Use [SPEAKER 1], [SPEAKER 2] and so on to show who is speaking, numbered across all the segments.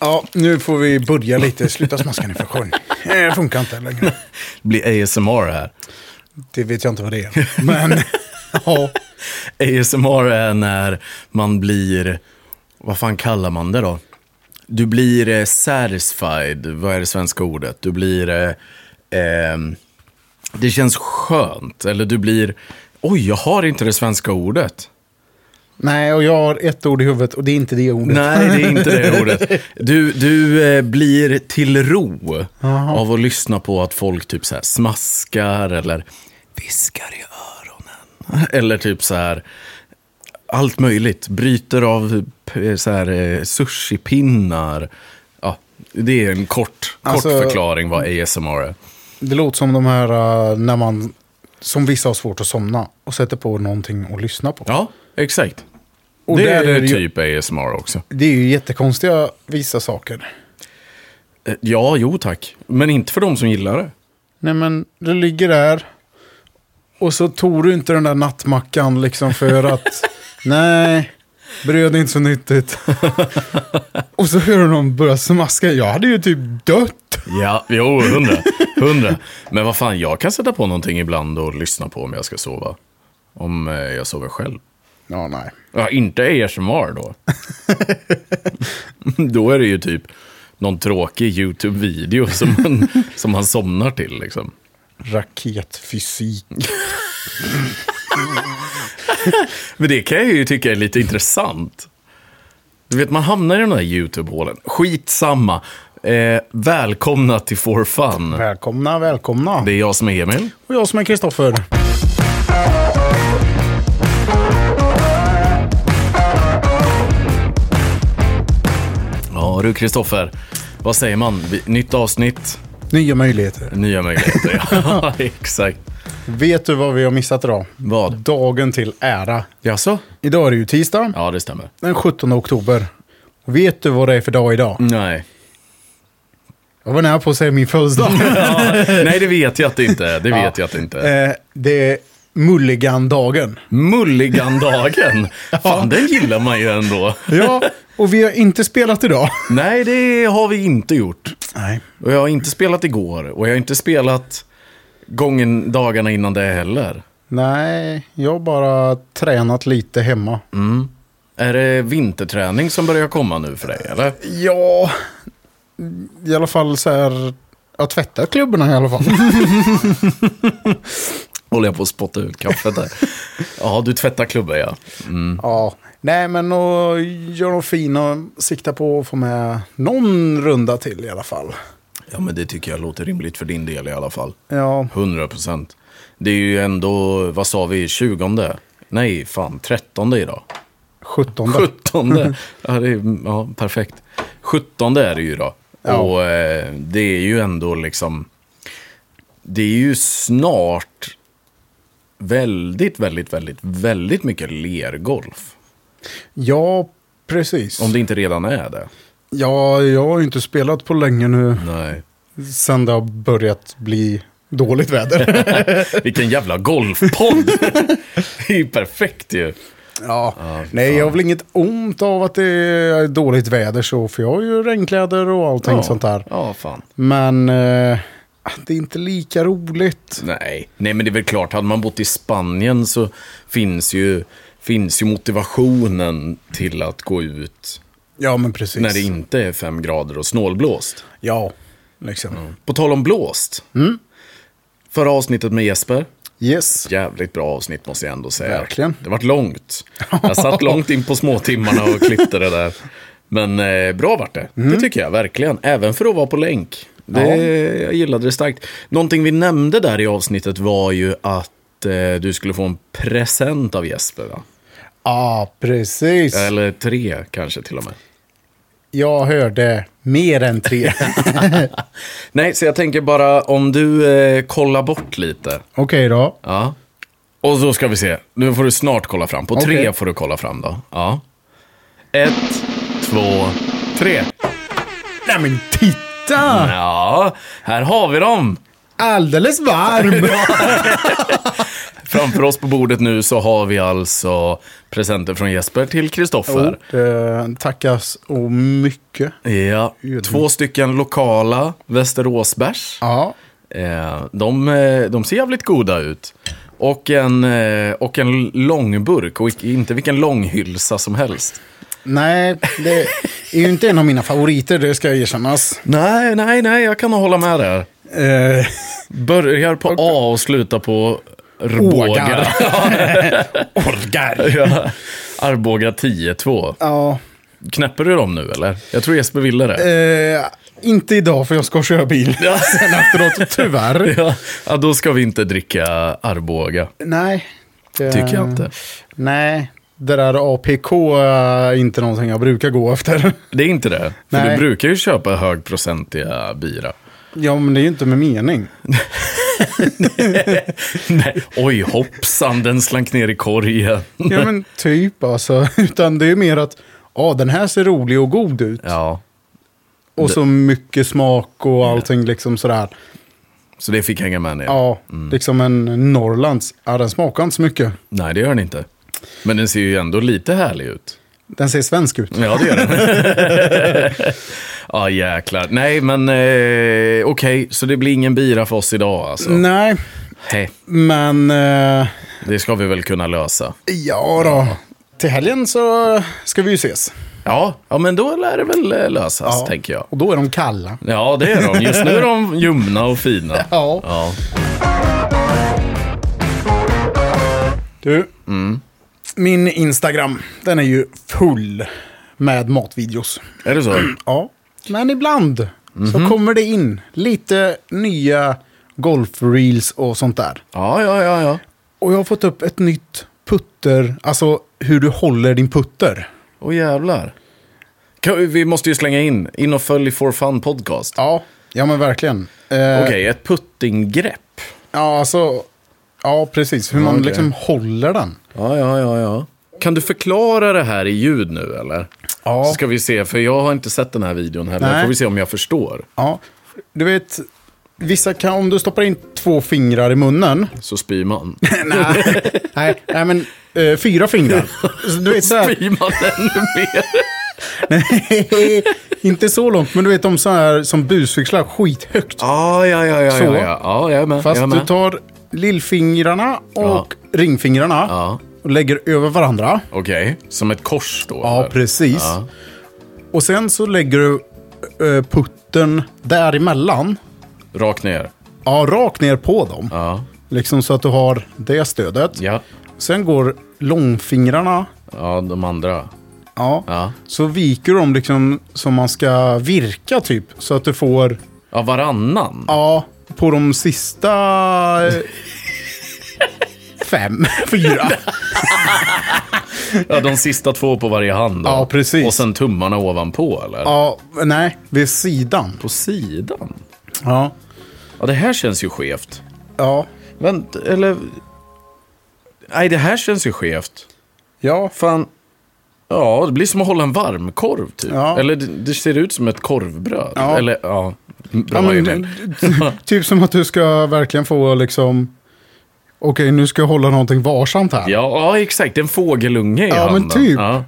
[SPEAKER 1] Ja, nu får vi börja lite. Sluta smaska nu för sjön. Eh, Det funkar inte längre.
[SPEAKER 2] Det blir ASMR här.
[SPEAKER 1] Det vet jag inte vad det är. Men, ja.
[SPEAKER 2] ASMR är när man blir, vad fan kallar man det då? Du blir eh, satisfied, vad är det svenska ordet? Du blir, eh, ehm, det känns skönt, eller du blir, oj jag har inte det svenska ordet.
[SPEAKER 1] Nej, och jag har ett ord i huvudet och det är inte det ordet.
[SPEAKER 2] Nej, det är inte det ordet. Du, du eh, blir till ro av att lyssna på att folk typ så här smaskar eller viskar i öronen. Eller typ så här, allt möjligt. Bryter av p- så här, eh, sushipinnar. Ja, det är en kort, kort
[SPEAKER 1] Alltså-
[SPEAKER 2] förklaring vad ASMR är.
[SPEAKER 1] Det låter som de här eh, när man, som vissa har svårt att somna, och sätter på någonting att lyssna på.
[SPEAKER 2] Ja, exakt.
[SPEAKER 1] Och
[SPEAKER 2] det
[SPEAKER 1] där
[SPEAKER 2] är,
[SPEAKER 1] är det ju-
[SPEAKER 2] typ ASMR också.
[SPEAKER 1] Det är ju jättekonstiga vissa saker.
[SPEAKER 2] Eh, Ja, jo tack. Men inte för de som gillar det.
[SPEAKER 1] Nej men, du ligger där och så tog du inte den där nattmackan liksom för att, nej, bröd är inte så nyttigt. och så hör du någon börja smaska. Jag hade ju typ dött.
[SPEAKER 2] Ja, jo, hundra. hundra. Men vad fan, jag kan sätta på någonting ibland och lyssna på om jag ska sova. Om eh, jag sover själv.
[SPEAKER 1] Ja, nej.
[SPEAKER 2] Ja, inte ASMR då. då är det ju typ någon tråkig YouTube-video som man, som man somnar till liksom.
[SPEAKER 1] Raketfysik.
[SPEAKER 2] Men det kan jag ju tycka är lite intressant. Du vet, man hamnar i den där YouTube-hålen. Skitsamma. Eh, välkomna till For Fun.
[SPEAKER 1] Välkomna, välkomna.
[SPEAKER 2] Det är jag som är Emil.
[SPEAKER 1] Och jag som är Kristoffer.
[SPEAKER 2] Ja du Kristoffer, vad säger man? Vi- Nytt avsnitt,
[SPEAKER 1] Nya möjligheter.
[SPEAKER 2] nya möjligheter. ja, exakt.
[SPEAKER 1] Vet du vad vi har missat idag?
[SPEAKER 2] Vad?
[SPEAKER 1] Dagen till ära.
[SPEAKER 2] Jaså?
[SPEAKER 1] Idag är det ju tisdag,
[SPEAKER 2] Ja, det stämmer.
[SPEAKER 1] den 17 oktober. Och vet du vad det är för dag idag?
[SPEAKER 2] Nej.
[SPEAKER 1] Jag var nära på att säga min födelsedag.
[SPEAKER 2] Ja, nej, det vet jag att det inte är. Det vet jag att det inte är.
[SPEAKER 1] eh, det är Mulligan-dagen.
[SPEAKER 2] Mulligandagen. Fan, den gillar man ju ändå.
[SPEAKER 1] Ja, och vi har inte spelat idag.
[SPEAKER 2] Nej, det har vi inte gjort.
[SPEAKER 1] Nej.
[SPEAKER 2] Och jag har inte spelat igår. Och jag har inte spelat gången dagarna innan det heller.
[SPEAKER 1] Nej, jag har bara tränat lite hemma.
[SPEAKER 2] Mm. Är det vinterträning som börjar komma nu för dig, eller?
[SPEAKER 1] Ja, i alla fall så här... Jag tvättar klubborna i alla fall.
[SPEAKER 2] Mm. Håller jag på att spotta ut kaffet där. Ja, du tvättar klubben, ja.
[SPEAKER 1] Ja, nej men och gör dem fina och sikta på att få med någon runda till i alla fall.
[SPEAKER 2] Ja, men det tycker jag låter rimligt för din del i alla fall.
[SPEAKER 1] Ja,
[SPEAKER 2] 100 procent. Det är ju ändå, vad sa vi, 20? Nej, fan, 13 idag.
[SPEAKER 1] 17. Mm.
[SPEAKER 2] 17. ja, det är, ja, perfekt. 17 är det ju idag.
[SPEAKER 1] Ja.
[SPEAKER 2] Och eh, det är ju ändå liksom, det är ju snart väldigt, väldigt, väldigt, väldigt mycket lergolf.
[SPEAKER 1] Ja, precis.
[SPEAKER 2] Om det inte redan är det.
[SPEAKER 1] Ja, jag har ju inte spelat på länge nu
[SPEAKER 2] Nej.
[SPEAKER 1] sen det har börjat bli dåligt väder.
[SPEAKER 2] Vilken jävla golfpodd! det är ju perfekt ju.
[SPEAKER 1] ja,
[SPEAKER 2] Ja,
[SPEAKER 1] nej
[SPEAKER 2] fan.
[SPEAKER 1] jag har väl inget ont av att det är dåligt väder så, för jag har ju regnkläder och allting sånt där.
[SPEAKER 2] Ja, fan.
[SPEAKER 1] Men eh, det är inte lika roligt.
[SPEAKER 2] Nej. Nej, men det är väl klart, hade man bott i Spanien så finns ju, finns ju motivationen till att gå ut
[SPEAKER 1] Ja, men precis.
[SPEAKER 2] när det inte är fem grader och snålblåst.
[SPEAKER 1] Ja, liksom.
[SPEAKER 2] På tal om blåst. Förra avsnittet med Jesper,
[SPEAKER 1] Yes.
[SPEAKER 2] jävligt bra avsnitt måste jag ändå säga.
[SPEAKER 1] Verkligen.
[SPEAKER 2] Det vart långt. Jag satt långt in på småtimmarna och klippte det där. Men eh, bra vart det. Det tycker jag verkligen. Även för att vara på länk. Det, Jag gillade det starkt. Någonting vi nämnde där i avsnittet var ju att eh, du skulle få en present av Jesper. Va?
[SPEAKER 1] Ja, precis.
[SPEAKER 2] Eller tre kanske till och med.
[SPEAKER 1] Jag hörde mer än tre.
[SPEAKER 2] Nej, så jag tänker bara om du eh, kollar bort lite.
[SPEAKER 1] Okej då.
[SPEAKER 2] Ja. Och så ska vi se. Nu får du snart kolla fram. På tre
[SPEAKER 1] Okej.
[SPEAKER 2] får du kolla fram då. Ja. Ett, två, tre.
[SPEAKER 1] Nej men titta!
[SPEAKER 2] Ja, här har vi dem.
[SPEAKER 1] Alldeles varm!
[SPEAKER 2] Framför oss på bordet nu så har vi alltså presenter från Jesper till Kristoffer.
[SPEAKER 1] Jo, det eh, tackas och mycket.
[SPEAKER 2] Ja, två stycken lokala Västeråsbärs.
[SPEAKER 1] Ja,
[SPEAKER 2] Eh, de, eh, de ser jävligt goda ut. Och en, eh, och en långburk och ik- inte vilken långhylsa som helst.
[SPEAKER 1] nej, det är ju inte en av mina favoriter, det ska jag erkännas.
[SPEAKER 2] Nej, nej, nej, jag kan hålla med där.
[SPEAKER 1] Eh,
[SPEAKER 2] Börjar på A och slutar på Arboga.
[SPEAKER 1] Ågar. Orgar.
[SPEAKER 2] Ja. Arboga 10-2.
[SPEAKER 1] Ja,
[SPEAKER 2] Knäpper du dem nu eller? Jag tror Jesper ville det.
[SPEAKER 1] eh, inte idag för jag ska köra bil
[SPEAKER 2] Ja.
[SPEAKER 1] sen efteråt, tyvärr.
[SPEAKER 2] Ja, ja, då ska vi inte dricka Arboga.
[SPEAKER 1] Nej. det-
[SPEAKER 2] Tycker jag inte.
[SPEAKER 1] Nej, det där APK är inte någonting jag brukar gå efter.
[SPEAKER 2] Det är inte det. För
[SPEAKER 1] Nej.
[SPEAKER 2] du brukar ju köpa högprocentiga bira.
[SPEAKER 1] Ja, men det är ju inte med mening.
[SPEAKER 2] Nej. Oj, hoppsan, den slank ner i korgen.
[SPEAKER 1] Ja, men typ alltså. Utan det är mer att, ja, den här ser rolig och god ut.
[SPEAKER 2] Ja,
[SPEAKER 1] Och så mycket smak och allting liksom sådär.
[SPEAKER 2] så det fick hänga med ner.
[SPEAKER 1] Ja,
[SPEAKER 2] Mm.
[SPEAKER 1] liksom en Norrlands. Ja, den smakar inte så mycket.
[SPEAKER 2] Nej, det gör den inte. Men den ser ju ändå lite härlig ut.
[SPEAKER 1] Den ser svensk ut.
[SPEAKER 2] Ja, det gör den. ja, jäklar. Nej, men eh, okej, så det blir ingen bira för oss idag alltså.
[SPEAKER 1] Nej,
[SPEAKER 2] Hej,
[SPEAKER 1] men eh,
[SPEAKER 2] det ska vi väl kunna lösa.
[SPEAKER 1] ja då. Till helgen så ska vi ju ses.
[SPEAKER 2] Ja, ja men då lär det väl eh, lösas, tänker jag.
[SPEAKER 1] Och då är de kalla.
[SPEAKER 2] Ja, det är de. Just nu är de ljumna och fina.
[SPEAKER 1] Ja.
[SPEAKER 2] ja.
[SPEAKER 1] Du,
[SPEAKER 2] Mm.
[SPEAKER 1] min Instagram, den är ju full med matvideos.
[SPEAKER 2] Är det så?
[SPEAKER 1] Ja, men ibland
[SPEAKER 2] Mhm.
[SPEAKER 1] så kommer det in lite nya golfreels och sånt där.
[SPEAKER 2] Ja, ja, ja, ja.
[SPEAKER 1] Och jag har fått upp ett nytt putter, alltså hur du håller din putter.
[SPEAKER 2] Åh jävlar. Kan- Vi måste ju slänga in, in och följ For Fun Podcast.
[SPEAKER 1] Ja, ja men verkligen. Eh,
[SPEAKER 2] Okej, ett puttinggrepp.
[SPEAKER 1] Ja, alltså, ja precis. Hur man
[SPEAKER 2] Okej.
[SPEAKER 1] liksom håller den.
[SPEAKER 2] Ja, ja, ja, ja. Kan du förklara det här i ljud nu eller?
[SPEAKER 1] Ja.
[SPEAKER 2] Så ska vi se, för jag har inte sett den här videon heller.
[SPEAKER 1] Nej.
[SPEAKER 2] Får vi se om jag förstår.
[SPEAKER 1] Ja, du vet, vissa kan, om du stoppar in två fingrar i munnen.
[SPEAKER 2] Så spyr man.
[SPEAKER 1] nej, nej, nej, men eh, fyra fingrar. Så Du vet, så här,
[SPEAKER 2] spyr man ännu mer.
[SPEAKER 1] inte så långt, men du vet de så här som busfyxlar skithögt.
[SPEAKER 2] Ja, ja, ja, ja,
[SPEAKER 1] Så.
[SPEAKER 2] ja, ja. Ja, jag är med. jag är
[SPEAKER 1] Fast
[SPEAKER 2] med.
[SPEAKER 1] du tar lillfingrarna och
[SPEAKER 2] Ja.
[SPEAKER 1] ringfingrarna
[SPEAKER 2] Ja.
[SPEAKER 1] och lägger över varandra.
[SPEAKER 2] Okej, som ett kors då?
[SPEAKER 1] Ja,
[SPEAKER 2] eller?
[SPEAKER 1] precis.
[SPEAKER 2] Ja.
[SPEAKER 1] Och sen så lägger du eh, putten däremellan.
[SPEAKER 2] Rakt ner?
[SPEAKER 1] Ja, rakt ner på dem.
[SPEAKER 2] Ja.
[SPEAKER 1] Liksom så att du har det stödet.
[SPEAKER 2] Ja.
[SPEAKER 1] Sen går långfingrarna.
[SPEAKER 2] Ja, de andra.
[SPEAKER 1] Ja.
[SPEAKER 2] Ja.
[SPEAKER 1] Så viker du dem liksom som man ska virka typ. Så att du får,
[SPEAKER 2] Ja, varannan?
[SPEAKER 1] ja, på de sista eh, fem, fyra.
[SPEAKER 2] Ja, de sista två på varje hand. Då.
[SPEAKER 1] Ja, precis.
[SPEAKER 2] Och sen tummarna ovanpå, eller?
[SPEAKER 1] Ja, nej, vid sidan.
[SPEAKER 2] På sidan?
[SPEAKER 1] Ja.
[SPEAKER 2] Ja, det här känns ju skevt.
[SPEAKER 1] Ja.
[SPEAKER 2] Vänt, eller... Nej, det här känns ju skevt.
[SPEAKER 1] Ja.
[SPEAKER 2] Fan. Ja, det blir som att hålla en varmkorv, typ.
[SPEAKER 1] Ja.
[SPEAKER 2] Eller det, det ser ut som ett korvbröd.
[SPEAKER 1] Ja.
[SPEAKER 2] Eller, ja. Bra
[SPEAKER 1] Ja, men,
[SPEAKER 2] men...
[SPEAKER 1] t- typ som att du ska verkligen få liksom... Okej, nu ska jag hålla någonting varsamt här.
[SPEAKER 2] ja, ja, exakt. En fågelunge i
[SPEAKER 1] Ja, men
[SPEAKER 2] handen.
[SPEAKER 1] typ.
[SPEAKER 2] Ja.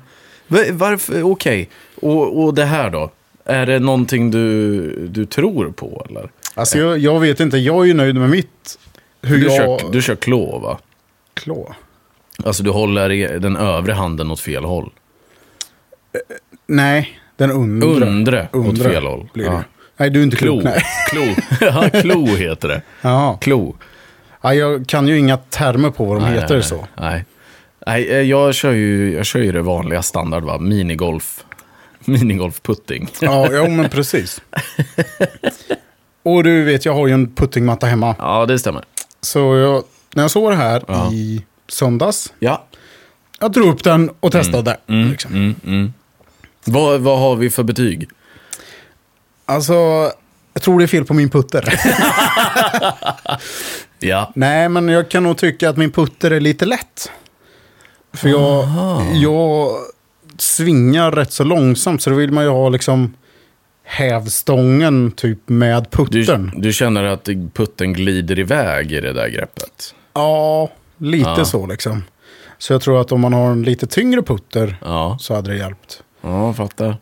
[SPEAKER 2] Va- Varför, okej. Och, och det här då? Är det någonting du, du tror på, eller?
[SPEAKER 1] Alltså, jag, jag vet inte, jag är ju nöjd med mitt... Hur
[SPEAKER 2] Du,
[SPEAKER 1] jag...
[SPEAKER 2] kör, du kör klå, va?
[SPEAKER 1] Klå.
[SPEAKER 2] Alltså du håller i- den övre handen åt fel håll.
[SPEAKER 1] Nej, den undre.
[SPEAKER 2] Undre, åt
[SPEAKER 1] Undre
[SPEAKER 2] fel håll.
[SPEAKER 1] Blir det.
[SPEAKER 2] Ja.
[SPEAKER 1] Nej, du är inte
[SPEAKER 2] Klo.
[SPEAKER 1] klok. Nej.
[SPEAKER 2] Klo. ja, klo heter det.
[SPEAKER 1] Ja.
[SPEAKER 2] Klo.
[SPEAKER 1] Ja, jag kan ju inga termer på vad de
[SPEAKER 2] Nej,
[SPEAKER 1] heter
[SPEAKER 2] nej,
[SPEAKER 1] så.
[SPEAKER 2] Nej. Nej, eh, jag kör ju, jag kör ju det vanliga standard, va? Minigolf. Minigolf-putting.
[SPEAKER 1] Ja, jo, men precis. Och du vet, jag har ju en puttingmatta hemma.
[SPEAKER 2] Ja, det stämmer.
[SPEAKER 1] Så jag, när jag såg det här
[SPEAKER 2] Ja.
[SPEAKER 1] i söndags,
[SPEAKER 2] Ja.
[SPEAKER 1] jag drog upp den och testade. liksom.
[SPEAKER 2] Mm, mm. Vad, vad har vi för betyg?
[SPEAKER 1] Alltså, jag tror det är fel på min putter.
[SPEAKER 2] Ja.
[SPEAKER 1] Nej, men jag kan nog tycka att min putter är lite lätt. För jag, jag svingar rätt så långsamt, så då vill man ju ha liksom hävstången typ med
[SPEAKER 2] Du,
[SPEAKER 1] puttern.
[SPEAKER 2] du känner att putten glider iväg i det där greppet?
[SPEAKER 1] Ja, Lite så liksom. Så jag tror att om man har en lite tyngre putter
[SPEAKER 2] Ja,
[SPEAKER 1] så hade det hjälpt.
[SPEAKER 2] ja fattar.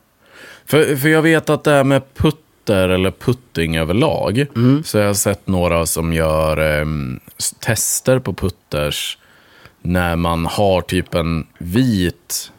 [SPEAKER 2] För, för jag vet att det här med putter eller putting överlag. Så jag har sett några som gör ehm, s- tester på putters. När man har typ en vit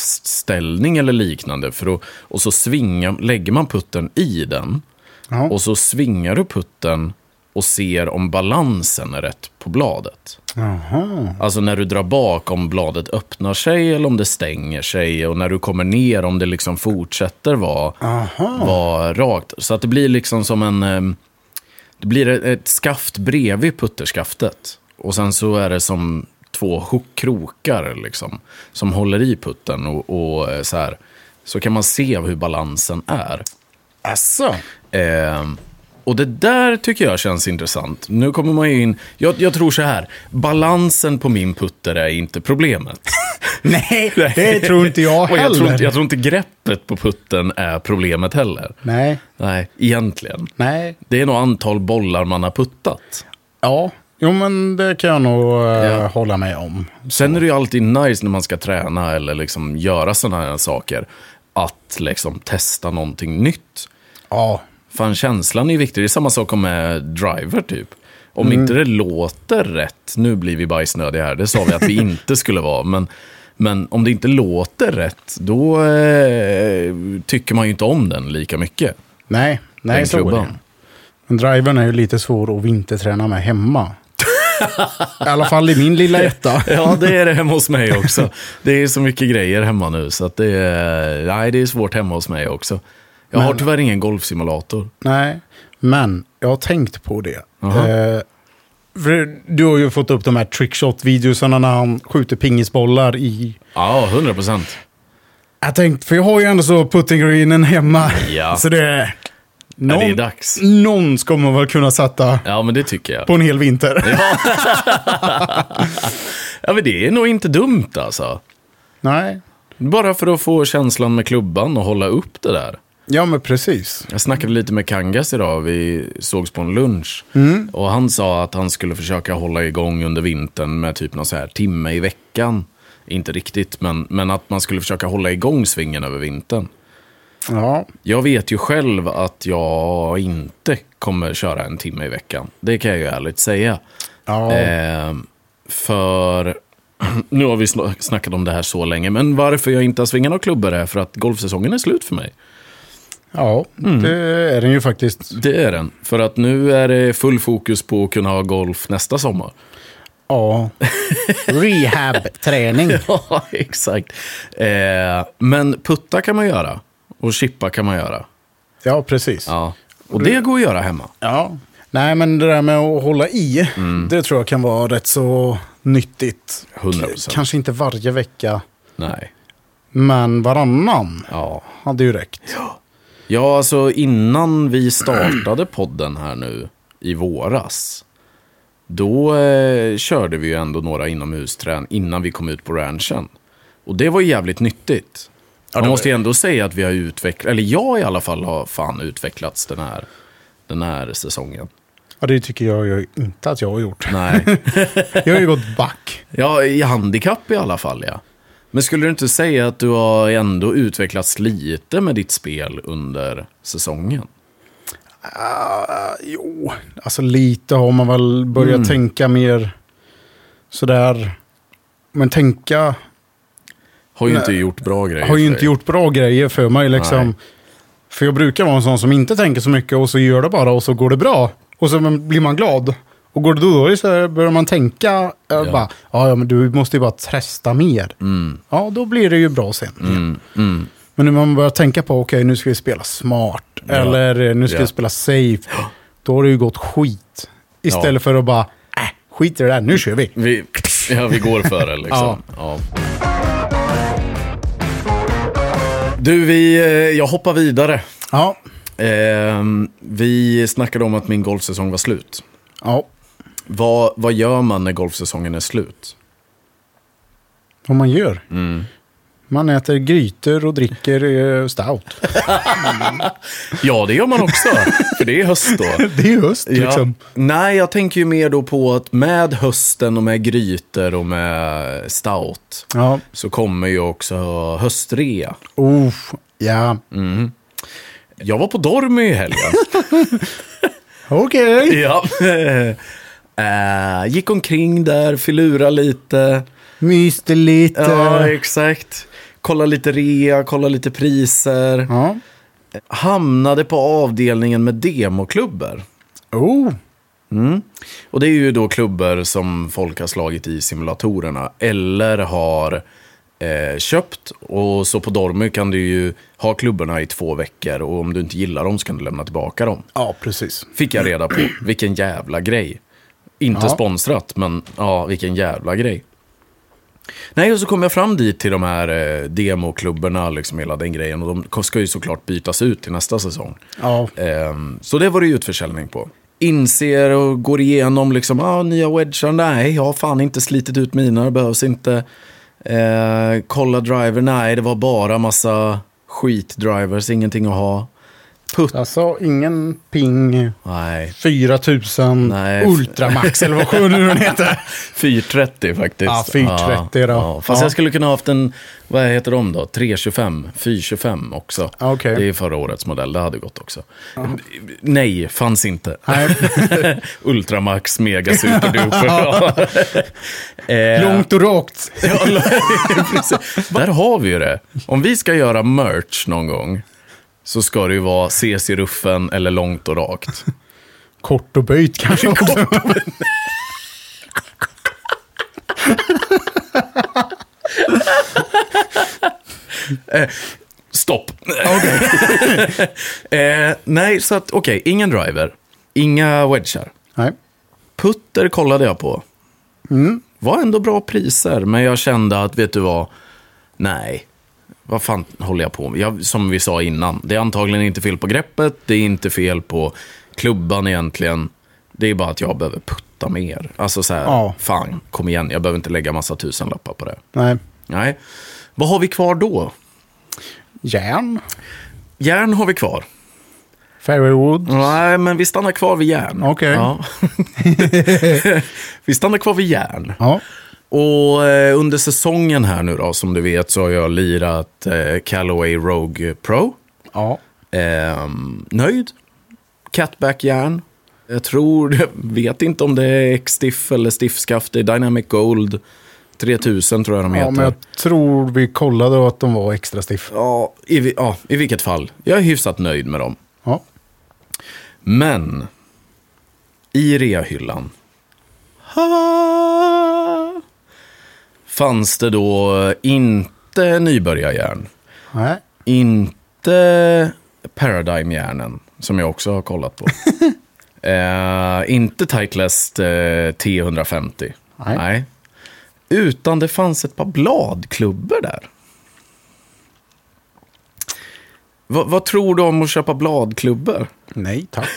[SPEAKER 2] plastställning eller liknande. För att, och så svingar, lägger man putten i den.
[SPEAKER 1] Ja.
[SPEAKER 2] Och så svingar du putten och ser om balansen är rätt på bladet.
[SPEAKER 1] Jaha.
[SPEAKER 2] Alltså när du drar bak om bladet öppnar sig eller om det stänger sig och när du kommer ner om det liksom fortsätter vara
[SPEAKER 1] Aha.
[SPEAKER 2] vara rakt. Så att det blir liksom som en... ehm, Det blir ett- ett skaft bredvid putterskaftet. Och sen så är det som två hook- krokar liksom. Som håller i putten och, och eh, så här. Så kan man se hur balansen är.
[SPEAKER 1] Asså.
[SPEAKER 2] Ehm, och det där tycker jag känns intressant. Nu kommer man ju in... Jag, jag tror så här. Balansen på min putter är inte problemet.
[SPEAKER 1] Nej, det tror inte jag
[SPEAKER 2] Och
[SPEAKER 1] heller.
[SPEAKER 2] jag, tror inte, jag tror inte greppet på putten är problemet heller.
[SPEAKER 1] Nej,
[SPEAKER 2] Nej, egentligen.
[SPEAKER 1] nej.
[SPEAKER 2] Det är nog antal bollar man har puttat.
[SPEAKER 1] Ja. Jo, men det kan jag nog eh,
[SPEAKER 2] Ja.
[SPEAKER 1] hålla med om.
[SPEAKER 2] Sen är det ju alltid nice när man ska träna eller liksom göra sådana här saker. Att liksom testa någonting nytt.
[SPEAKER 1] Ja.
[SPEAKER 2] Fan, känslan är viktig. Det är samma sak om med driver typ. Om inte det låter rätt, nu blir vi bajsnödiga här, det sa vi att vi inte skulle vara, men, men om det inte låter rätt, då eh, tycker man ju inte om den lika mycket.
[SPEAKER 1] Nej, nej
[SPEAKER 2] den
[SPEAKER 1] så är det.
[SPEAKER 2] klubban.
[SPEAKER 1] Men drivern är ju lite svår att vinterträna med hemma. I alla fall i min lilla etta.
[SPEAKER 2] Ja, det är det hemma hos mig också. Det är så mycket grejer hemma nu, så att det, är, nej, det är svårt hemma hos mig också. Jag har tyvärr ingen golfsimulator.
[SPEAKER 1] Nej, men jag har tänkt på det.
[SPEAKER 2] Jaha.
[SPEAKER 1] Eh, för du har ju fått upp de här trickshot-videosarna när han skjuter pingisbollar i...
[SPEAKER 2] Ja, 100 procent.
[SPEAKER 1] Jag tänkt, för jag har ju ändå så puttingreenen hemma.
[SPEAKER 2] Ja.
[SPEAKER 1] Så det... Någon,
[SPEAKER 2] det är dags.
[SPEAKER 1] någon ska man väl kunna sätta
[SPEAKER 2] Ja, men det tycker jag.
[SPEAKER 1] på en hel vinter.
[SPEAKER 2] Ja, men det är nog inte dumt alltså.
[SPEAKER 1] Nej.
[SPEAKER 2] Bara för att få känslan med klubban och hålla upp det där.
[SPEAKER 1] Ja, men precis.
[SPEAKER 2] Jag snackade lite med Kangas idag, vi sågs på en lunch. Och han sa att han skulle försöka hålla igång under vintern med typ någon så här timme i veckan. Inte riktigt, men, men att man skulle försöka hålla igång svingen över vintern.
[SPEAKER 1] Ja.
[SPEAKER 2] Jag vet ju själv att jag inte kommer köra en timme i veckan. Det kan jag ju ärligt säga.
[SPEAKER 1] Ja.
[SPEAKER 2] Ehm, för, nu har vi sn- snackat om det här så länge, men varför jag inte har svingat några klubbor är för att golfsäsongen är slut för mig.
[SPEAKER 1] Ja,
[SPEAKER 2] Mm.
[SPEAKER 1] det är den ju faktiskt.
[SPEAKER 2] Det är den. För att nu är det full fokus på att kunna ha golf nästa sommar.
[SPEAKER 1] Ja. Rehab-träning.
[SPEAKER 2] Ja, exakt. Eh, men putta kan man göra. Och chippa kan man göra.
[SPEAKER 1] Ja, precis.
[SPEAKER 2] Ja. Och det går att göra hemma.
[SPEAKER 1] Ja. Nej, men det där med att hålla i,
[SPEAKER 2] Mm.
[SPEAKER 1] det tror jag kan vara rätt så nyttigt.
[SPEAKER 2] 100%.
[SPEAKER 1] Kanske inte varje vecka,
[SPEAKER 2] Nej.
[SPEAKER 1] men varannan
[SPEAKER 2] Ja.
[SPEAKER 1] hade ju räckt.
[SPEAKER 2] Ja, alltså innan vi startade podden här nu i våras. Då eh, körde vi ju ändå några inomhusträn innan vi kom ut på ranchen. Och det var ju jävligt nyttigt. Man måste ju ändå säga att vi har utvecklat, eller jag i alla fall har fan utvecklats den här, den här säsongen.
[SPEAKER 1] Ja, det tycker jag ju inte att jag har gjort.
[SPEAKER 2] Nej.
[SPEAKER 1] Jag har ju gått back.
[SPEAKER 2] Ja, i handikapp i alla fall ja. Men skulle du inte säga att du har ändå utvecklats lite med ditt spel under säsongen?
[SPEAKER 1] Ah, jo, alltså lite har man väl börjat
[SPEAKER 2] Mm.
[SPEAKER 1] tänka mer sådär. Men tänka
[SPEAKER 2] Har ju
[SPEAKER 1] Nej.
[SPEAKER 2] inte gjort bra grejer.
[SPEAKER 1] har ju
[SPEAKER 2] för
[SPEAKER 1] inte
[SPEAKER 2] dig.
[SPEAKER 1] gjort bra grejer för mig liksom.
[SPEAKER 2] Nej.
[SPEAKER 1] För jag brukar vara en sån som inte tänker så mycket och så gör det bara och så går det bra. Och så blir man glad. Och går det dåligt så börjar man tänka, eh, bara, ja ja, men du måste ju bara testa mer.
[SPEAKER 2] Mm.
[SPEAKER 1] Ja, då blir det ju bra sen. igen. Men när man börjar tänka på, okej nu ska vi spela smart, eller eh, nu ska
[SPEAKER 2] Ja.
[SPEAKER 1] vi spela safe, då har det ju gått skit. Istället för att bara, äh, skit i det där, nu kör vi.
[SPEAKER 2] Vi, ja, vi går för det liksom. ja. Du, vi, eh, jag hoppar vidare.
[SPEAKER 1] Ja,
[SPEAKER 2] Ehm, vi snackade om att min golfsäsong var slut.
[SPEAKER 1] ja.
[SPEAKER 2] Vad, vad gör man när golfsäsongen är slut? Mm.
[SPEAKER 1] Vad man gör? Man äter grytor och dricker eh, stout.
[SPEAKER 2] Ja, det gör man också. för det är höst då.
[SPEAKER 1] Det är ju höst liksom.
[SPEAKER 2] Ja. Nej, jag tänker ju mer då på att med hösten och med grytor och med stout
[SPEAKER 1] Ja.
[SPEAKER 2] så kommer ju också höstrea.
[SPEAKER 1] Oh, ja.
[SPEAKER 2] Mm. Jag var på Dormy i helgen.
[SPEAKER 1] Okej.
[SPEAKER 2] ja. Eh, gick omkring där, filura lite.
[SPEAKER 1] Myste lite.
[SPEAKER 2] Ja, exakt. Kolla lite rea, kolla lite priser.
[SPEAKER 1] Ja.
[SPEAKER 2] Hamnade på avdelningen med demoklubbor.
[SPEAKER 1] Oh.
[SPEAKER 2] Och det är ju då klubbor som folk har slagit i simulatorerna eller har eh, köpt. Och så på Dormy kan du ju ha klubborna i två veckor och om du inte gillar dem så kan du lämna tillbaka dem.
[SPEAKER 1] Ja, precis.
[SPEAKER 2] Fick jag reda på. Vilken jävla grej. Inte
[SPEAKER 1] Ja.
[SPEAKER 2] sponsrat, men ja, vilken jävla grej. Nej, och så kom jag fram dit till de här eh, demoklubborna, liksom hela den grejen. Och de ska ju såklart bytas ut till nästa säsong.
[SPEAKER 1] Ja.
[SPEAKER 2] Ehm, så det var det ju utförsäljning på. Inser och går igenom liksom, ah, nya wedgar, nej, jag har fan inte slitit ut mina, det behövs inte. Eh, kolla driver, nej, det var bara massa skitdrivers, ingenting att ha. Putt,
[SPEAKER 1] Alltså, ingen ping.
[SPEAKER 2] nej.
[SPEAKER 1] 4000
[SPEAKER 2] Nej.
[SPEAKER 1] Ultramax eller vad sjön nu den heter.
[SPEAKER 2] 430 faktiskt.
[SPEAKER 1] Ja, 430 då.
[SPEAKER 2] Ja, fast
[SPEAKER 1] Ja.
[SPEAKER 2] jag skulle kunna haft en, vad heter de då? 325, 425 också.
[SPEAKER 1] Ja, okej.
[SPEAKER 2] Det är förra årets modell, det hade gått också. Nej, fanns inte.
[SPEAKER 1] Nej,
[SPEAKER 2] Ultramax, mega superduper. Ja. Eh,
[SPEAKER 1] långt och rakt.
[SPEAKER 2] ja, lång- precis. Där har vi ju det. Om vi ska göra merch någon gång så ska det ju vara ses i ruffen eller långt och rakt.
[SPEAKER 1] Kort och böjt kanske också.
[SPEAKER 2] Stopp. eh, nej, så att okej, ingen driver. Inga wedgar.
[SPEAKER 1] Nej.
[SPEAKER 2] Putter kollade jag på. Var ändå bra priser, men jag kände att, vet du vad? Nej, vad fan håller jag på med? Jag, som vi sa innan, det är antagligen inte fel på greppet, det är inte fel på klubban egentligen. Det är bara att jag behöver putta mer. Alltså så här,
[SPEAKER 1] Ja.
[SPEAKER 2] fan, kom igen, jag behöver inte lägga massa tusenlappar på det.
[SPEAKER 1] Nej.
[SPEAKER 2] Nej. Vad har vi kvar då?
[SPEAKER 1] Järn.
[SPEAKER 2] Järn har vi kvar.
[SPEAKER 1] Fairwood.
[SPEAKER 2] Nej, men vi stannar kvar vid järn.
[SPEAKER 1] Okej.
[SPEAKER 2] Ja. vi stannar kvar vid järn.
[SPEAKER 1] Ja.
[SPEAKER 2] Och eh, under säsongen här nu då, som du vet, så har jag lirat eh, Callaway Rogue Pro.
[SPEAKER 1] Ja.
[SPEAKER 2] Ehm, nöjd. Catback järn. Jag tror, jag vet inte om det är X-stiff eller stiffskaft. Det är Dynamic Gold 3000 tror jag de
[SPEAKER 1] ja,
[SPEAKER 2] heter.
[SPEAKER 1] men jag tror vi kollade och att de var extra stiff.
[SPEAKER 2] ja, i, vi- ja, i vilket fall. Jag är hyfsat nöjd med dem.
[SPEAKER 1] Ja.
[SPEAKER 2] Men i reahyllan ha, fanns det då inte nybörjarjärn.
[SPEAKER 1] Nej.
[SPEAKER 2] Inte Paradigm-järnen, som jag också har kollat på. eh, inte Titleist eh, T150.
[SPEAKER 1] Nej.
[SPEAKER 2] Utan det fanns ett par bladklubbor där. Va, vad tror du om att köpa bladklubbor?
[SPEAKER 1] Nej, tack.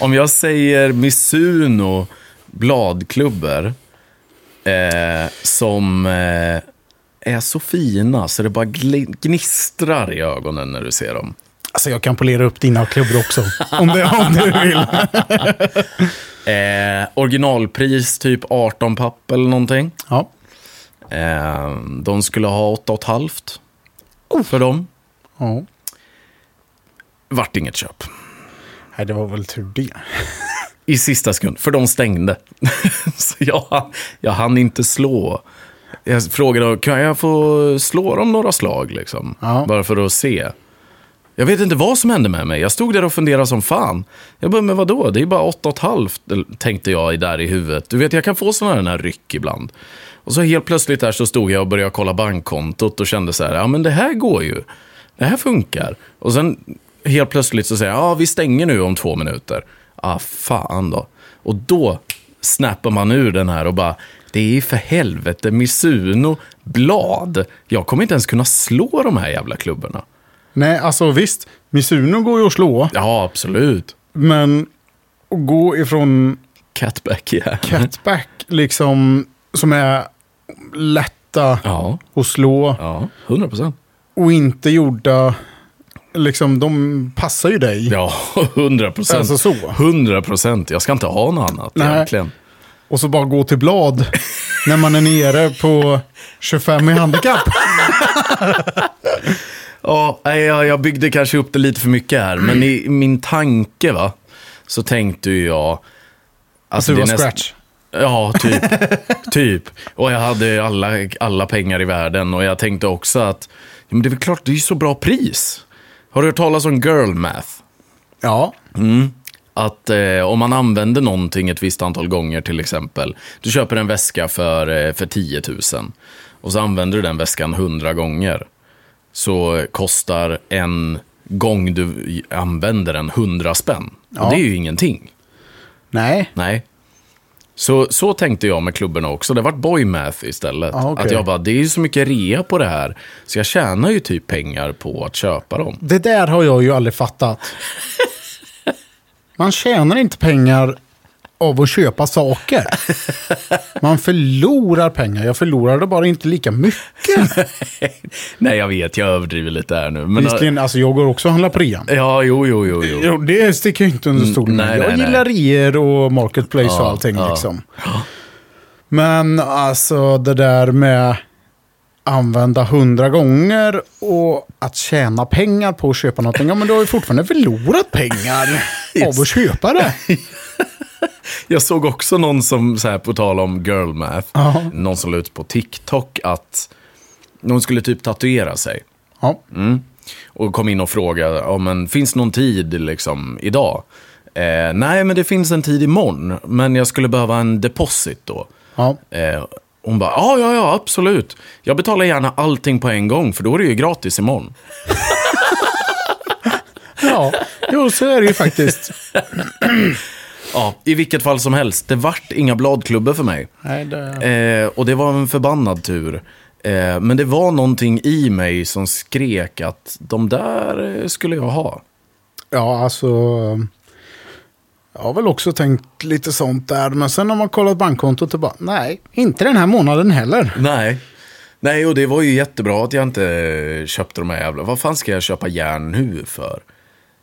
[SPEAKER 2] Om jag säger Misuno bladklubbor eh, som eh, är så fina så det bara gl- gnistrar i ögonen när du ser dem.
[SPEAKER 1] Alltså jag kan polera upp dina klubbor också. Om, det, om du vill.
[SPEAKER 2] Eh, originalpris typ 18 papp eller någonting.
[SPEAKER 1] Ja.
[SPEAKER 2] Eh, de skulle ha 8,5 oh. för dem.
[SPEAKER 1] ja.
[SPEAKER 2] Vart inget köp.
[SPEAKER 1] Nej, det var väl tur det.
[SPEAKER 2] I sista sekund, för de stängde. så jag, jag hann inte slå. Jag frågade, kan jag få slå dem några slag? Liksom?
[SPEAKER 1] Ja.
[SPEAKER 2] Bara för att se. Jag vet inte vad som hände med mig. Jag stod där och funderade som fan. Jag bara, men vadå? Det är bara åtta och ett halvt, eller- tänkte jag i- där i huvudet. Du vet, jag kan få sådana här ryck ibland. Och så helt plötsligt där så stod jag och började kolla bankkontot och kände så här, ja men det här går ju. Det här funkar. Och sen helt plötsligt så säger jag, ja vi stänger nu om två minuter. Ah, fan då. Och då snappar man ur den här och bara, det är för helvete Misuno blad. Jag kommer inte ens kunna slå de här jävla klubborna.
[SPEAKER 1] Nej, alltså visst. Misuno går ju att slå.
[SPEAKER 2] Ja, absolut.
[SPEAKER 1] Men att gå ifrån
[SPEAKER 2] Catback, ja.
[SPEAKER 1] catback, liksom, som är lätt kasta
[SPEAKER 2] Ja,
[SPEAKER 1] och slå.
[SPEAKER 2] ja, 100 procent.
[SPEAKER 1] Och inte gjorda, liksom de passar ju dig.
[SPEAKER 2] Ja, 100 procent.
[SPEAKER 1] Alltså så.
[SPEAKER 2] 100 procent. Jag ska inte ha något annat
[SPEAKER 1] Nej.
[SPEAKER 2] egentligen.
[SPEAKER 1] Och så bara gå till blad när man är nere på 25 i handikapp.
[SPEAKER 2] Ja, nej, jag, jag byggde kanske upp det lite för mycket här, men i min tanke va, så tänkte ju jag... Alltså,
[SPEAKER 1] Du
[SPEAKER 2] det
[SPEAKER 1] var
[SPEAKER 2] är nästan-
[SPEAKER 1] scratch.
[SPEAKER 2] Ja, typ. typ. Och jag hade alla, alla pengar i världen och jag tänkte också att ja, men det är väl klart, det är ju så bra pris. Har du hört talas om girl math?
[SPEAKER 1] Ja.
[SPEAKER 2] Att eh, om man använder någonting ett visst antal gånger till exempel. Du köper en väska för, eh, för 10 000 och så använder du den väskan 100 gånger. Så kostar en gång du i- använder den 100 spänn.
[SPEAKER 1] Ja.
[SPEAKER 2] Och det är ju ingenting.
[SPEAKER 1] Nej.
[SPEAKER 2] Nej. Så, så tänkte jag med klubborna också. Det vart boy math istället.
[SPEAKER 1] Ah, okej.
[SPEAKER 2] Att jag bara, det är ju så mycket rea på det här. Så jag tjänar ju typ pengar på att köpa dem.
[SPEAKER 1] Det där har jag ju aldrig fattat. Man tjänar inte pengar av att köpa saker. Man förlorar pengar. Jag förlorade bara inte lika mycket.
[SPEAKER 2] Nej, jag vet, jag överdriver lite här nu. Men,
[SPEAKER 1] Visserligen, alltså jag går också och handlar på rean.
[SPEAKER 2] Ja, jo, jo, jo, jo.
[SPEAKER 1] Jo, det sticker ju inte under stolen.
[SPEAKER 2] Mm, nej,
[SPEAKER 1] jag
[SPEAKER 2] nej, nej.
[SPEAKER 1] gillar reor och marketplace och
[SPEAKER 2] Ja,
[SPEAKER 1] allting
[SPEAKER 2] ja.
[SPEAKER 1] liksom. Men alltså det där med använda hundra gånger och att tjäna pengar på att köpa någonting. Ja, men du har ju fortfarande förlorat pengar av att köpa det.
[SPEAKER 2] Jag såg också någon som, så här, på tal om girl math,
[SPEAKER 1] Ja.
[SPEAKER 2] någon som la ut på TikTok att någon skulle typ tatuera sig.
[SPEAKER 1] Ja,
[SPEAKER 2] Mm. Och kom in och frågade, ja, men finns någon tid liksom, idag? Eh, nej, men det finns en tid imorgon, men jag skulle behöva en deposit då.
[SPEAKER 1] ja.
[SPEAKER 2] Eh, hon bara, ja, ja, ja, absolut. Jag betalar gärna allting på en gång, för då är det ju gratis imorgon.
[SPEAKER 1] ja. Jo, så är det ju faktiskt.
[SPEAKER 2] Ja, i vilket fall som helst, det vart inga bladklubbor för mig.
[SPEAKER 1] Nej, det...
[SPEAKER 2] Eh, och det var en förbannad tur. Eh, men det var någonting i mig som skrek att de där eh, skulle jag ha.
[SPEAKER 1] Ja, alltså. Jag har väl också tänkt lite sånt där. Men sen har man kollat bankkontot och bara, nej, inte den här månaden heller.
[SPEAKER 2] Nej. Nej, och det var ju jättebra att jag inte eh, köpte de här jävla... Vad fan ska jag köpa järn nu för?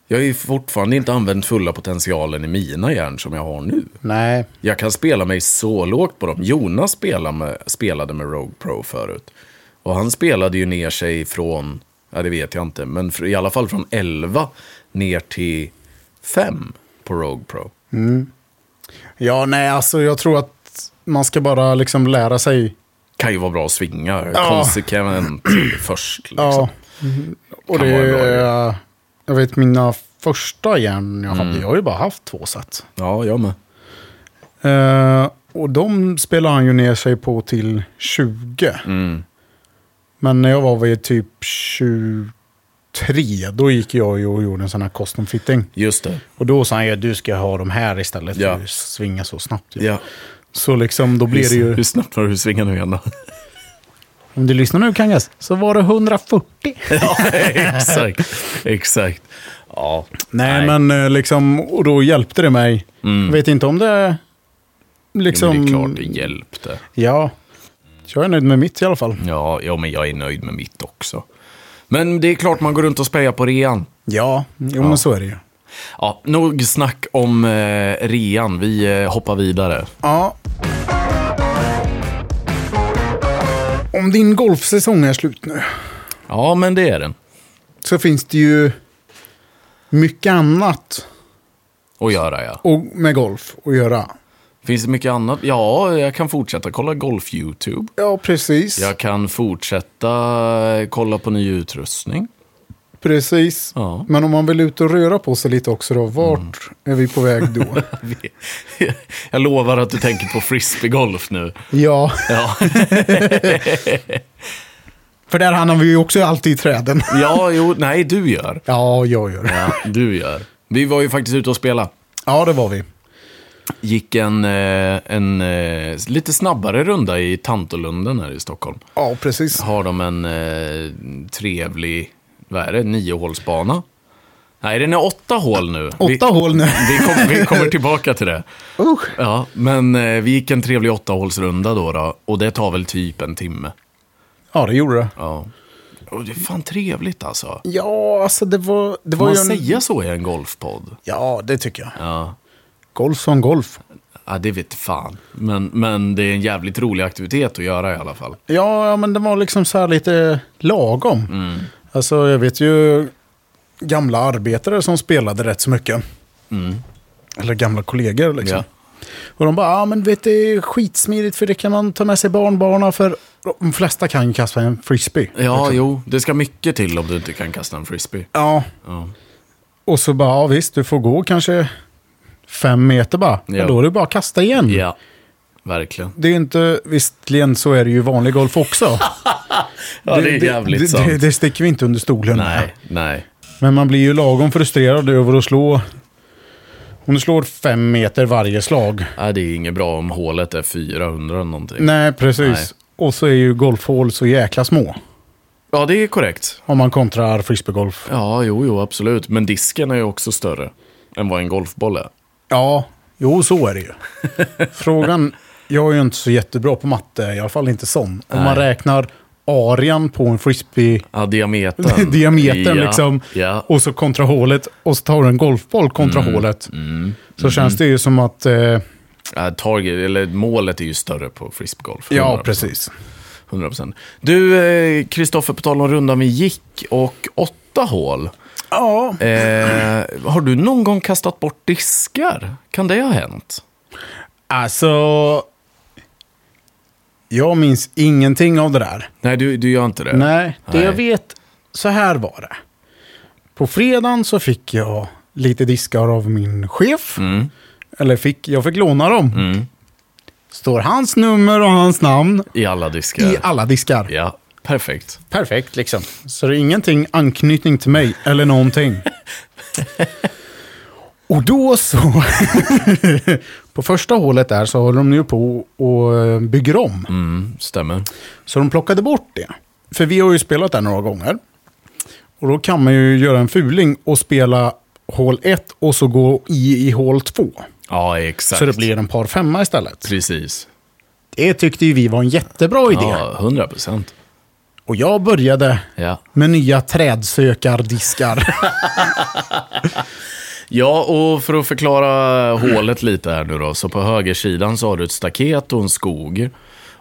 [SPEAKER 2] Jag har ju fortfarande inte använt fulla potentialen i mina järn som jag har nu.
[SPEAKER 1] Nej,
[SPEAKER 2] Jag kan spela mig så lågt på dem. Jonas spelade med, spelade med Rogue Pro förut. Och han spelade ju ner sig från, ja det vet jag inte, men fr- i alla fall från 11 ner till 5 på Rogue Pro.
[SPEAKER 1] Ja, nej, alltså jag tror att man ska bara liksom lära sig.
[SPEAKER 2] Kan ju vara bra att svinga
[SPEAKER 1] Ja.
[SPEAKER 2] konsekvent först. Liksom.
[SPEAKER 1] Ja. Och
[SPEAKER 2] Kan
[SPEAKER 1] det,
[SPEAKER 2] vara en bra
[SPEAKER 1] är- eh, jag vet mina första järn jag
[SPEAKER 2] Mm.
[SPEAKER 1] hade, jag har ju bara haft två set.
[SPEAKER 2] ja, jag med.
[SPEAKER 1] Eh, och de spelar han ju ner sig på till 20.
[SPEAKER 2] Mm.
[SPEAKER 1] Men när jag var vid typ 23, då gick jag ju och gjorde en sån här custom fitting.
[SPEAKER 2] Just det.
[SPEAKER 1] Och då sa han ju, du ska ha de här istället,
[SPEAKER 2] Ja.
[SPEAKER 1] för du svingar så snabbt. ju."
[SPEAKER 2] Ja.
[SPEAKER 1] Så liksom, då blir det
[SPEAKER 2] Hur,
[SPEAKER 1] ju...
[SPEAKER 2] hur snabbt var du svingade nu igen?
[SPEAKER 1] Om du lyssnar nu Kangas, så var det 140.
[SPEAKER 2] ja, exakt. Exakt. Ja.
[SPEAKER 1] Nej, men eh, liksom, och då hjälpte det mig. Jag vet inte om det...
[SPEAKER 2] Mm. Jo,
[SPEAKER 1] Liksom,
[SPEAKER 2] men det är klart det hjälpte.
[SPEAKER 1] Ja. Så jag är nöjd med mitt i alla fall.
[SPEAKER 2] Ja, ja, men jag är nöjd med mitt också. Men det är klart man går runt och spejar på rean.
[SPEAKER 1] Ja, jo men så är det ju.
[SPEAKER 2] Ja, nog snack om eh, rean. Vi eh, hoppar vidare.
[SPEAKER 1] Ja. Om din golfsäsong är slut nu
[SPEAKER 2] Ja, men det är den.
[SPEAKER 1] så finns det ju mycket annat
[SPEAKER 2] Att göra, ja.
[SPEAKER 1] och- med golf att göra.
[SPEAKER 2] Finns det mycket annat? Ja, jag kan fortsätta kolla golf-YouTube.
[SPEAKER 1] Ja, precis.
[SPEAKER 2] Jag kan fortsätta eh, kolla på ny utrustning.
[SPEAKER 1] Precis.
[SPEAKER 2] Ja. Mm.
[SPEAKER 1] Men om man vill ut och röra på sig lite också då, vart är vi på väg då?
[SPEAKER 2] Jag lovar att du tänker på frisbeegolf nu.
[SPEAKER 1] ja,
[SPEAKER 2] Ja,
[SPEAKER 1] för där hamnar vi ju också alltid i träden.
[SPEAKER 2] ja jo, nej, du gör.
[SPEAKER 1] Ja, jag gör det.
[SPEAKER 2] Ja, du gör. Vi var ju faktiskt ute och spelade.
[SPEAKER 1] Ja, det var vi.
[SPEAKER 2] gick en, eh, en eh, lite snabbare runda i Tantolunden här i Stockholm.
[SPEAKER 1] Ja, precis.
[SPEAKER 2] Har de en eh, trevlig, vad är det, niohålsbana? Nej, den är åtta hål nu. Vi,
[SPEAKER 1] Åtta hål nu.
[SPEAKER 2] vi, kom, vi kommer tillbaka till det.
[SPEAKER 1] Usch.
[SPEAKER 2] Ja, men eh, vi gick en trevlig åttahålsrunda då, då och det tar väl typ en timme.
[SPEAKER 1] Ja, det gjorde det.
[SPEAKER 2] Ja. Och det är fan trevligt alltså.
[SPEAKER 1] Ja, alltså det var... Det
[SPEAKER 2] Får
[SPEAKER 1] var
[SPEAKER 2] man
[SPEAKER 1] ju en...
[SPEAKER 2] säga så i en golfpodd?
[SPEAKER 1] Ja, det tycker jag.
[SPEAKER 2] Ja.
[SPEAKER 1] Golf som golf.
[SPEAKER 2] ja, det vet fan. Men, men det är en jävligt rolig aktivitet att göra i alla fall.
[SPEAKER 1] Ja, ja, men den var liksom så här lite lagom.
[SPEAKER 2] Mm.
[SPEAKER 1] Alltså, jag vet ju gamla arbetare som spelade rätt så mycket. Eller gamla kollegor liksom.
[SPEAKER 2] Mm. Ja.
[SPEAKER 1] Och de bara, ja ah, men vet du, det är skitsmidigt för det kan man ta med sig barnbarn och för de flesta kan ju kasta en frisbee.
[SPEAKER 2] Ja, jo. Det ska mycket till om du inte kan kasta en frisbee.
[SPEAKER 1] Ja,
[SPEAKER 2] Ja.
[SPEAKER 1] och så bara, ja visst, du får gå kanske fem meter bara.
[SPEAKER 2] Ja.
[SPEAKER 1] Och då är det bara att kasta igen.
[SPEAKER 2] ja, verkligen.
[SPEAKER 1] Det är ju inte, visserligen så är det ju vanlig golf också.
[SPEAKER 2] Ja, det är jävligt
[SPEAKER 1] det,
[SPEAKER 2] sant.
[SPEAKER 1] det, det sticker vi inte under stolen med.
[SPEAKER 2] Nej, nej.
[SPEAKER 1] Men man blir ju lagom frustrerad över att slå... Om du slår fem meter varje slag.
[SPEAKER 2] Nej, det är inget bra om hålet är 400 eller någonting.
[SPEAKER 1] Nej, precis.
[SPEAKER 2] Nej.
[SPEAKER 1] Och så är ju golfhål så jäkla små.
[SPEAKER 2] Ja, det är korrekt.
[SPEAKER 1] Om man kontrar frisbeegolf.
[SPEAKER 2] Ja, jo, jo, absolut. Men disken är ju också större än vad en golfboll är.
[SPEAKER 1] Ja, jo så är det ju. Frågan, jag är ju inte så jättebra på matte, i alla fall inte sån. Om man räknar arean på en frisbee,
[SPEAKER 2] Ja, diametern.
[SPEAKER 1] diametern
[SPEAKER 2] ja,
[SPEAKER 1] liksom,
[SPEAKER 2] Ja, Mm.
[SPEAKER 1] och så kontra hålet, och så tar du en golfboll kontra hålet. så känns det ju som att, eh,
[SPEAKER 2] ja target, eller målet är ju större på frisbeegolf.
[SPEAKER 1] ja
[SPEAKER 2] 100%.
[SPEAKER 1] precis.
[SPEAKER 2] 100%. Du, eh, Kristoffer, på tal om rundan vi gick och åtta hål.
[SPEAKER 1] Ja,
[SPEAKER 2] Eh, har du någon gång kastat bort diskar? Kan det ha hänt?
[SPEAKER 1] Alltså, jag minns ingenting av det där.
[SPEAKER 2] Nej, du, du gör inte det.
[SPEAKER 1] Nej, det
[SPEAKER 2] Typ. Nej.
[SPEAKER 1] jag vet, så här var det. På fredagen så fick jag lite diskar av min chef.
[SPEAKER 2] Mm,
[SPEAKER 1] Eller fick, jag fick låna dem.
[SPEAKER 2] mm.
[SPEAKER 1] Står hans nummer och hans namn
[SPEAKER 2] I alla diskar.
[SPEAKER 1] i alla diskar.
[SPEAKER 2] Ja, perfekt.
[SPEAKER 1] Perfekt liksom. Så det är ingenting anknytning till mig eller någonting. och då så... på första hålet där så håller de nu på och eh, bygger om.
[SPEAKER 2] Mm, stämmer.
[SPEAKER 1] Så de plockade bort det. För vi har ju spelat där några gånger. Och då kan man ju göra en fuling och spela hål 1 och så gå i i hål 2.
[SPEAKER 2] Ja, exakt.
[SPEAKER 1] Så det blir en par femma istället.
[SPEAKER 2] Precis.
[SPEAKER 1] Det tyckte ju vi var en jättebra idé.
[SPEAKER 2] Ja, 100 procent.
[SPEAKER 1] Och jag började
[SPEAKER 2] Ja.
[SPEAKER 1] med nya trädsökardiskar.
[SPEAKER 2] ja, och för att förklara hålet lite här nu då. Så på högersidan så har du ett staket och en skog.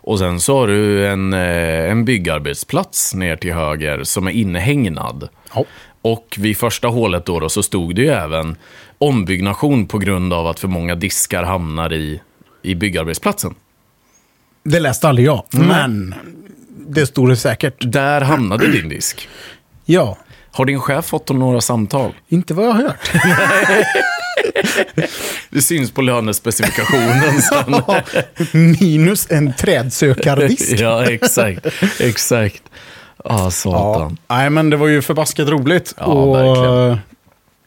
[SPEAKER 2] Och sen så har du en, eh, en byggarbetsplats ner till höger som är inhägnad.
[SPEAKER 1] ja.
[SPEAKER 2] Och vid första hålet då, då så stod det ju även ombyggnation på grund av att för många diskar hamnar i, i byggarbetsplatsen.
[SPEAKER 1] Det läste aldrig jag,
[SPEAKER 2] Mm.
[SPEAKER 1] men det stod det säkert.
[SPEAKER 2] Där hamnade din disk.
[SPEAKER 1] Ja,
[SPEAKER 2] Har din chef fått några samtal?
[SPEAKER 1] inte vad jag har hört.
[SPEAKER 2] Det syns på lönespecifikationen sen.
[SPEAKER 1] Minus en trädsökardisk.
[SPEAKER 2] ja, exakt. Exakt. Ah, satan.
[SPEAKER 1] Nej, men det var ju förbaskat roligt.
[SPEAKER 2] Ja,
[SPEAKER 1] och, eh,
[SPEAKER 2] verkligen.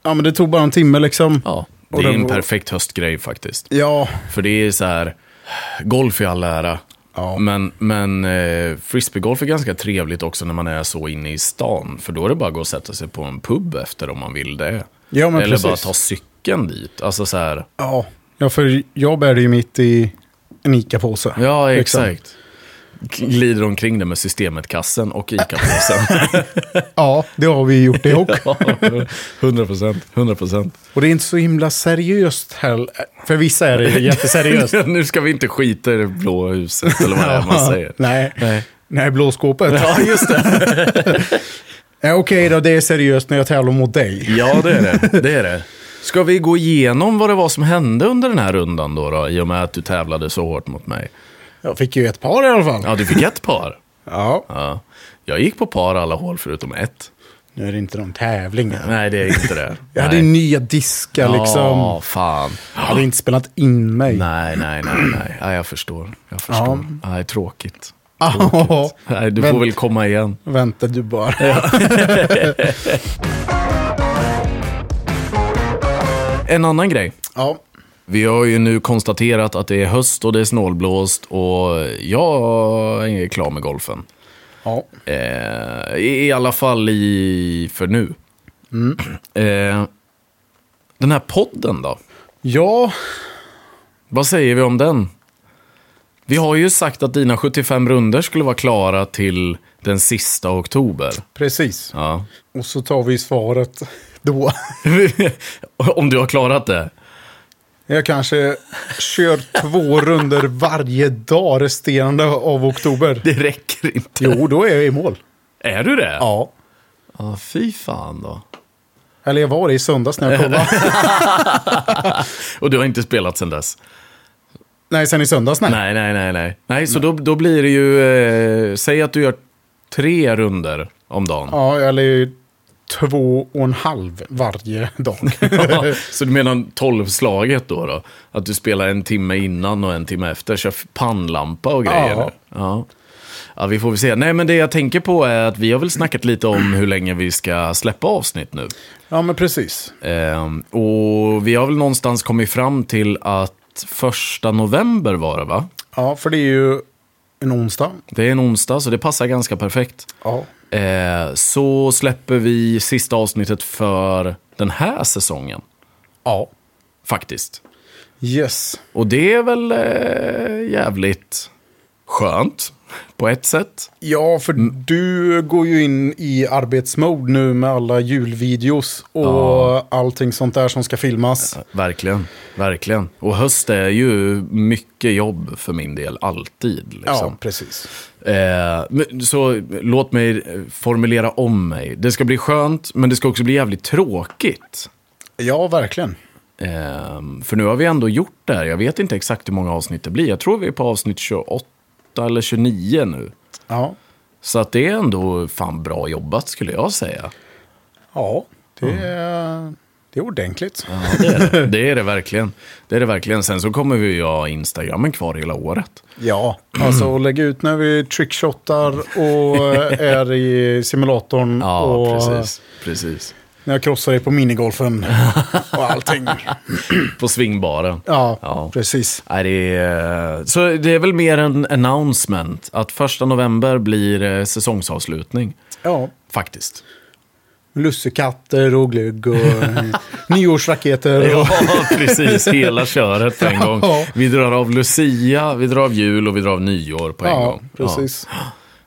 [SPEAKER 1] Ja, men det tog bara en timme liksom.
[SPEAKER 2] Ja.
[SPEAKER 1] Och
[SPEAKER 2] det är
[SPEAKER 1] den
[SPEAKER 2] en
[SPEAKER 1] var-
[SPEAKER 2] perfekt höstgrej faktiskt.
[SPEAKER 1] Ja,
[SPEAKER 2] För det är så här, golf i all ära.
[SPEAKER 1] Ja.
[SPEAKER 2] Men, men eh, frisbeegolf är ganska trevligt också när man är så inne i stan. För då är det bara att gå och sätta sig på en pub efter om man vill det.
[SPEAKER 1] Ja, men
[SPEAKER 2] Eller
[SPEAKER 1] precis.
[SPEAKER 2] bara ta cykeln dit. Alltså så här,
[SPEAKER 1] ja. ja för jag bär det ju mitt i en ICA-påse.
[SPEAKER 2] ja
[SPEAKER 1] liksom.
[SPEAKER 2] exakt. Glider omkring det med systemet-kassen och ICA-påsen.
[SPEAKER 1] Ja, det har vi gjort det också.
[SPEAKER 2] 100 procent. 100 procent.
[SPEAKER 1] Och det är inte så himla seriöst heller. För vissa är det ju jätteseriöst.
[SPEAKER 2] nu ska vi inte skita i det blå huset eller vad det är man säger.
[SPEAKER 1] Nej.
[SPEAKER 2] Nej.
[SPEAKER 1] Nej, blåskåpet.
[SPEAKER 2] Ja, just det.
[SPEAKER 1] Ja, Okej då, det är seriöst när jag tävlar mot dig.
[SPEAKER 2] Ja, det är det. det är det. Ska vi gå igenom vad det var som hände under den här rundan då, då i och med att du tävlade så hårt mot mig?
[SPEAKER 1] Jag fick ju ett par i alla fall.
[SPEAKER 2] Ja, du fick ett par.
[SPEAKER 1] Ja.
[SPEAKER 2] Ja. Jag gick på par alla hål förutom ett.
[SPEAKER 1] Nu är det inte någon tävling. här.
[SPEAKER 2] Nej, det är inte det.
[SPEAKER 1] Jag hade ju
[SPEAKER 2] Nej.
[SPEAKER 1] nya diskar liksom.
[SPEAKER 2] Ja, fan.
[SPEAKER 1] Jag hade inte spelat in mig.
[SPEAKER 2] Nej, nej, nej, nej. Ja, jag förstår. Jag förstår. Nej, tråkigt.
[SPEAKER 1] Ja,
[SPEAKER 2] Nej, du
[SPEAKER 1] Ah, Vänt-
[SPEAKER 2] får väl komma igen.
[SPEAKER 1] Vänta du bara.
[SPEAKER 2] En annan grej.
[SPEAKER 1] Ja.
[SPEAKER 2] Vi har ju nu konstaterat att det är höst och det är snålblåst och jag är klar med golfen.
[SPEAKER 1] ja.
[SPEAKER 2] Eh, I i alla fall i, för nu. Eh, den här podden då?
[SPEAKER 1] Ja,
[SPEAKER 2] Vad säger vi om den? Vi har ju sagt att dina 75 runder skulle vara klara till Den sista oktober.
[SPEAKER 1] Precis.
[SPEAKER 2] Ja.
[SPEAKER 1] Och så tar vi svaret då.
[SPEAKER 2] Om du har klarat det.
[SPEAKER 1] Jag kanske kör två runder varje dag resterande av oktober.
[SPEAKER 2] Det räcker inte.
[SPEAKER 1] Jo, då är jag i mål.
[SPEAKER 2] Är du det?
[SPEAKER 1] Ja.
[SPEAKER 2] Ja, fy fan då.
[SPEAKER 1] Eller jag var det i söndags när jag kollade.
[SPEAKER 2] Och du har inte spelat sedan dess?
[SPEAKER 1] Nej, sen i söndags nej.
[SPEAKER 2] Nej, nej, nej. Nej, nej så Då, då blir det ju... Eh, säg att du gör tre runder om dagen.
[SPEAKER 1] Ja, eller två och en halv varje dag.
[SPEAKER 2] så du menar tolvslaget då, då? Att du spelar en timme innan och en timme efter. Kör pannlampa och grejer.
[SPEAKER 1] Ja.
[SPEAKER 2] Ja. ja. vi får väl se. Nej, men det jag tänker på är att vi har väl snackat lite om hur länge vi ska släppa avsnitt nu.
[SPEAKER 1] Ja, men precis.
[SPEAKER 2] Ehm, och vi har väl någonstans kommit fram till att första november var det, va?
[SPEAKER 1] Ja, för det är ju en onsdag.
[SPEAKER 2] Det är en onsdag, så det passar ganska perfekt.
[SPEAKER 1] Ja.
[SPEAKER 2] Eh, så släpper vi sista avsnittet för den här säsongen,
[SPEAKER 1] Ja.
[SPEAKER 2] faktiskt.
[SPEAKER 1] Yes.
[SPEAKER 2] Och det är väl eh, jävligt skönt, på ett sätt.
[SPEAKER 1] Ja, för
[SPEAKER 2] Mm.
[SPEAKER 1] du går ju in i arbetsmode nu med alla julvideos och allting sånt där som ska filmas.
[SPEAKER 2] Verkligen, verkligen. Och höst är ju mycket jobb för min del, alltid. Liksom.
[SPEAKER 1] Ja, precis.
[SPEAKER 2] Eh, men- så låt mig eh, formulera om mig. Det ska bli skönt, men det ska också bli jävligt tråkigt.
[SPEAKER 1] Ja, verkligen.
[SPEAKER 2] Eh, för nu har vi ändå gjort det här. Jag vet inte exakt hur många avsnitt det blir. Jag tror vi är på avsnitt 28 eller 29 nu.
[SPEAKER 1] Ja,
[SPEAKER 2] Så att det är ändå fan bra jobbat skulle jag säga.
[SPEAKER 1] ja det, är, det är ordentligt.
[SPEAKER 2] Mm. Ja, det, är det. det är det verkligen. Det är det verkligen. Sen så kommer vi ju ha Instagrammen kvar hela året.
[SPEAKER 1] Ja, alltså att lägga ut när vi trickshotar och eh, är i simulatorn
[SPEAKER 2] Ja,
[SPEAKER 1] och
[SPEAKER 2] precis. precis.
[SPEAKER 1] när jag krossar dig på minigolfen och allting.
[SPEAKER 2] På svingbaren.
[SPEAKER 1] Ja,
[SPEAKER 2] Ja.
[SPEAKER 1] precis.
[SPEAKER 2] Nej, det är, så det är väl mer en announcement. Att första november blir eh, säsongsavslutning.
[SPEAKER 1] Ja,
[SPEAKER 2] Faktiskt.
[SPEAKER 1] lussekatter och glögg och eh, nyårsraketer. Och,
[SPEAKER 2] Ja, precis. Hela köret på en gång.
[SPEAKER 1] Ja.
[SPEAKER 2] Vi drar av Lucia, vi drar av jul och vi drar av nyår på en
[SPEAKER 1] ja,
[SPEAKER 2] gång. Ja.
[SPEAKER 1] precis.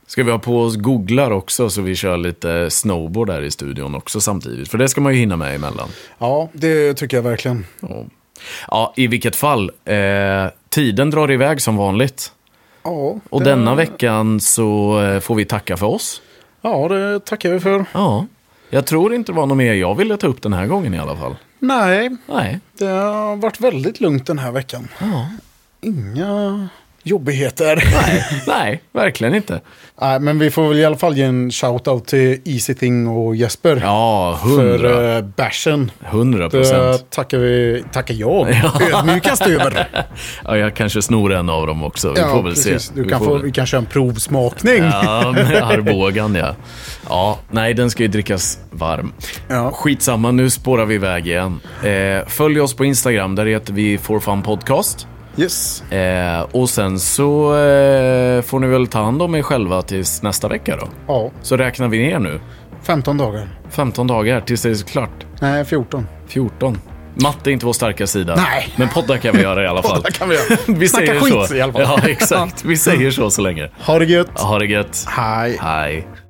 [SPEAKER 2] Ska vi ha på oss googlar också så vi kör lite snowboard här i studion också samtidigt. För det ska man ju hinna med emellan.
[SPEAKER 1] Ja, det tycker jag verkligen.
[SPEAKER 2] Ja, ja i vilket fall. Eh, tiden drar iväg som vanligt.
[SPEAKER 1] Ja,
[SPEAKER 2] Och
[SPEAKER 1] det,
[SPEAKER 2] denna veckan så eh, får vi tacka för oss.
[SPEAKER 1] ja, det tackar vi för.
[SPEAKER 2] Ja, jag tror inte det var något mer jag ville ta upp den här gången i alla fall.
[SPEAKER 1] Nej,
[SPEAKER 2] Nej.
[SPEAKER 1] det har varit väldigt lugnt den här veckan.
[SPEAKER 2] Ja.
[SPEAKER 1] Inga jobbigheter. Nej.
[SPEAKER 2] Nej, verkligen inte.
[SPEAKER 1] Nej, men vi får väl i alla fall ge en shout-out till Easy Thing och Jesper.
[SPEAKER 2] Ja,
[SPEAKER 1] För
[SPEAKER 2] hundra,
[SPEAKER 1] eh, bashen.
[SPEAKER 2] hundra
[SPEAKER 1] Det
[SPEAKER 2] procent.
[SPEAKER 1] tackar, vi, tackar jag ödmjukast över.
[SPEAKER 2] Ja, jag kanske snor en av dem också. Vi får väl se.
[SPEAKER 1] Du
[SPEAKER 2] vi
[SPEAKER 1] kan
[SPEAKER 2] får
[SPEAKER 1] få,
[SPEAKER 2] väl-
[SPEAKER 1] vi kan köra en provsmakning.
[SPEAKER 2] Ja, med Ehm, Arbogan ja. Ja, nej den ska ju drickas varm.
[SPEAKER 1] Ja.
[SPEAKER 2] Skitsamma, nu spårar vi iväg igen. Eh, följ oss på Instagram, där heter vi For Fun Podcast.
[SPEAKER 1] Yes.
[SPEAKER 2] Eh, och sen så eh, får ni väl ta hand om er själva tills nästa vecka då.
[SPEAKER 1] Ja,
[SPEAKER 2] Så räknar vi ner nu.
[SPEAKER 1] 15 dagar.
[SPEAKER 2] 15 dagar tills det är klart.
[SPEAKER 1] Nej, 14.
[SPEAKER 2] 14. Matte är inte vår starka sida.
[SPEAKER 1] Nej.
[SPEAKER 2] Men podda kan vi göra i alla fall.
[SPEAKER 1] Där kan vi göra.
[SPEAKER 2] Vi
[SPEAKER 1] Snacka
[SPEAKER 2] säger
[SPEAKER 1] skit
[SPEAKER 2] så.
[SPEAKER 1] i alla fall.
[SPEAKER 2] Ja, exakt. Vi säger så så länge.
[SPEAKER 1] Ha det gött.
[SPEAKER 2] Ha det gött.
[SPEAKER 1] Hej.
[SPEAKER 2] Hej.